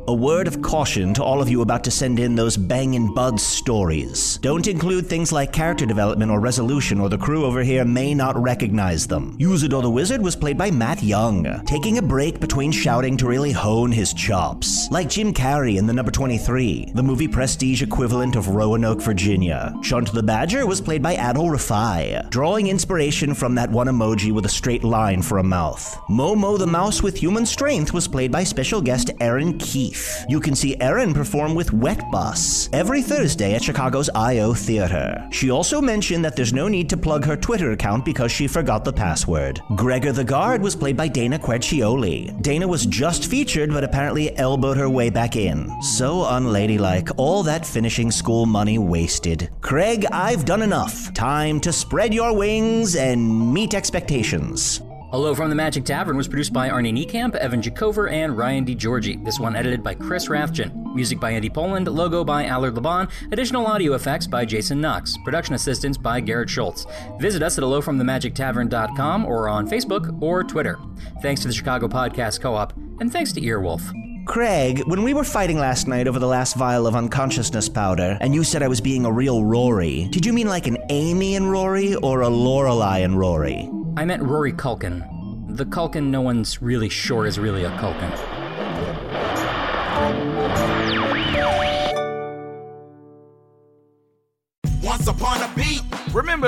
Speaker 4: A word of caution to all of you about to send in those Bang and Bud stories. Don't include things like character development or resolution, or the crew over here may not recognize them. Usador the Wizard was played by Matt Young, taking a break between shouting to really hone his chops. Like Jim Carrey in the number 23, the movie prestige equivalent of Roanoke, Virginia. Shunt the Badger was played by Adol Rafai, drawing inspiration from that one emoji with a straight line for a mouth. Momo the Mouse with Human Strength was played by special guest Aaron Keefe. You can see Aaron perform with Wet Bus every Thursday at Chicago's I.O. Theater. She also mentioned that there's no need to plug her Twitter account because she forgot the password. Gregor the Guard was played by Dana Quercioli. Dana was just featured but apparently elbowed her way back in. So unladylike, all that finishing school money wasted. Craig, I've done enough. Time to spread your wings and meet expectations.
Speaker 11: Hello from the Magic Tavern was produced by Arnie Niekamp, Evan Jacover, and Ryan DiGiorgi. This one edited by Chris Rathjen. Music by Andy Poland, logo by Allard Laban, additional audio effects by Jason Knox, production assistance by Garrett Schultz. Visit us at hellofromthemagictavern.com or on Facebook or Twitter. Thanks to the Chicago Podcast Co op, and thanks to Earwolf.
Speaker 4: Craig, when we were fighting last night over the last vial of unconsciousness powder, and you said I was being a real Rory, did you mean like an Amy and Rory or a Lorelei and Rory?
Speaker 11: I meant Rory Culkin. The Culkin no one's really sure is really a Culkin.
Speaker 12: Once upon a beat. Remember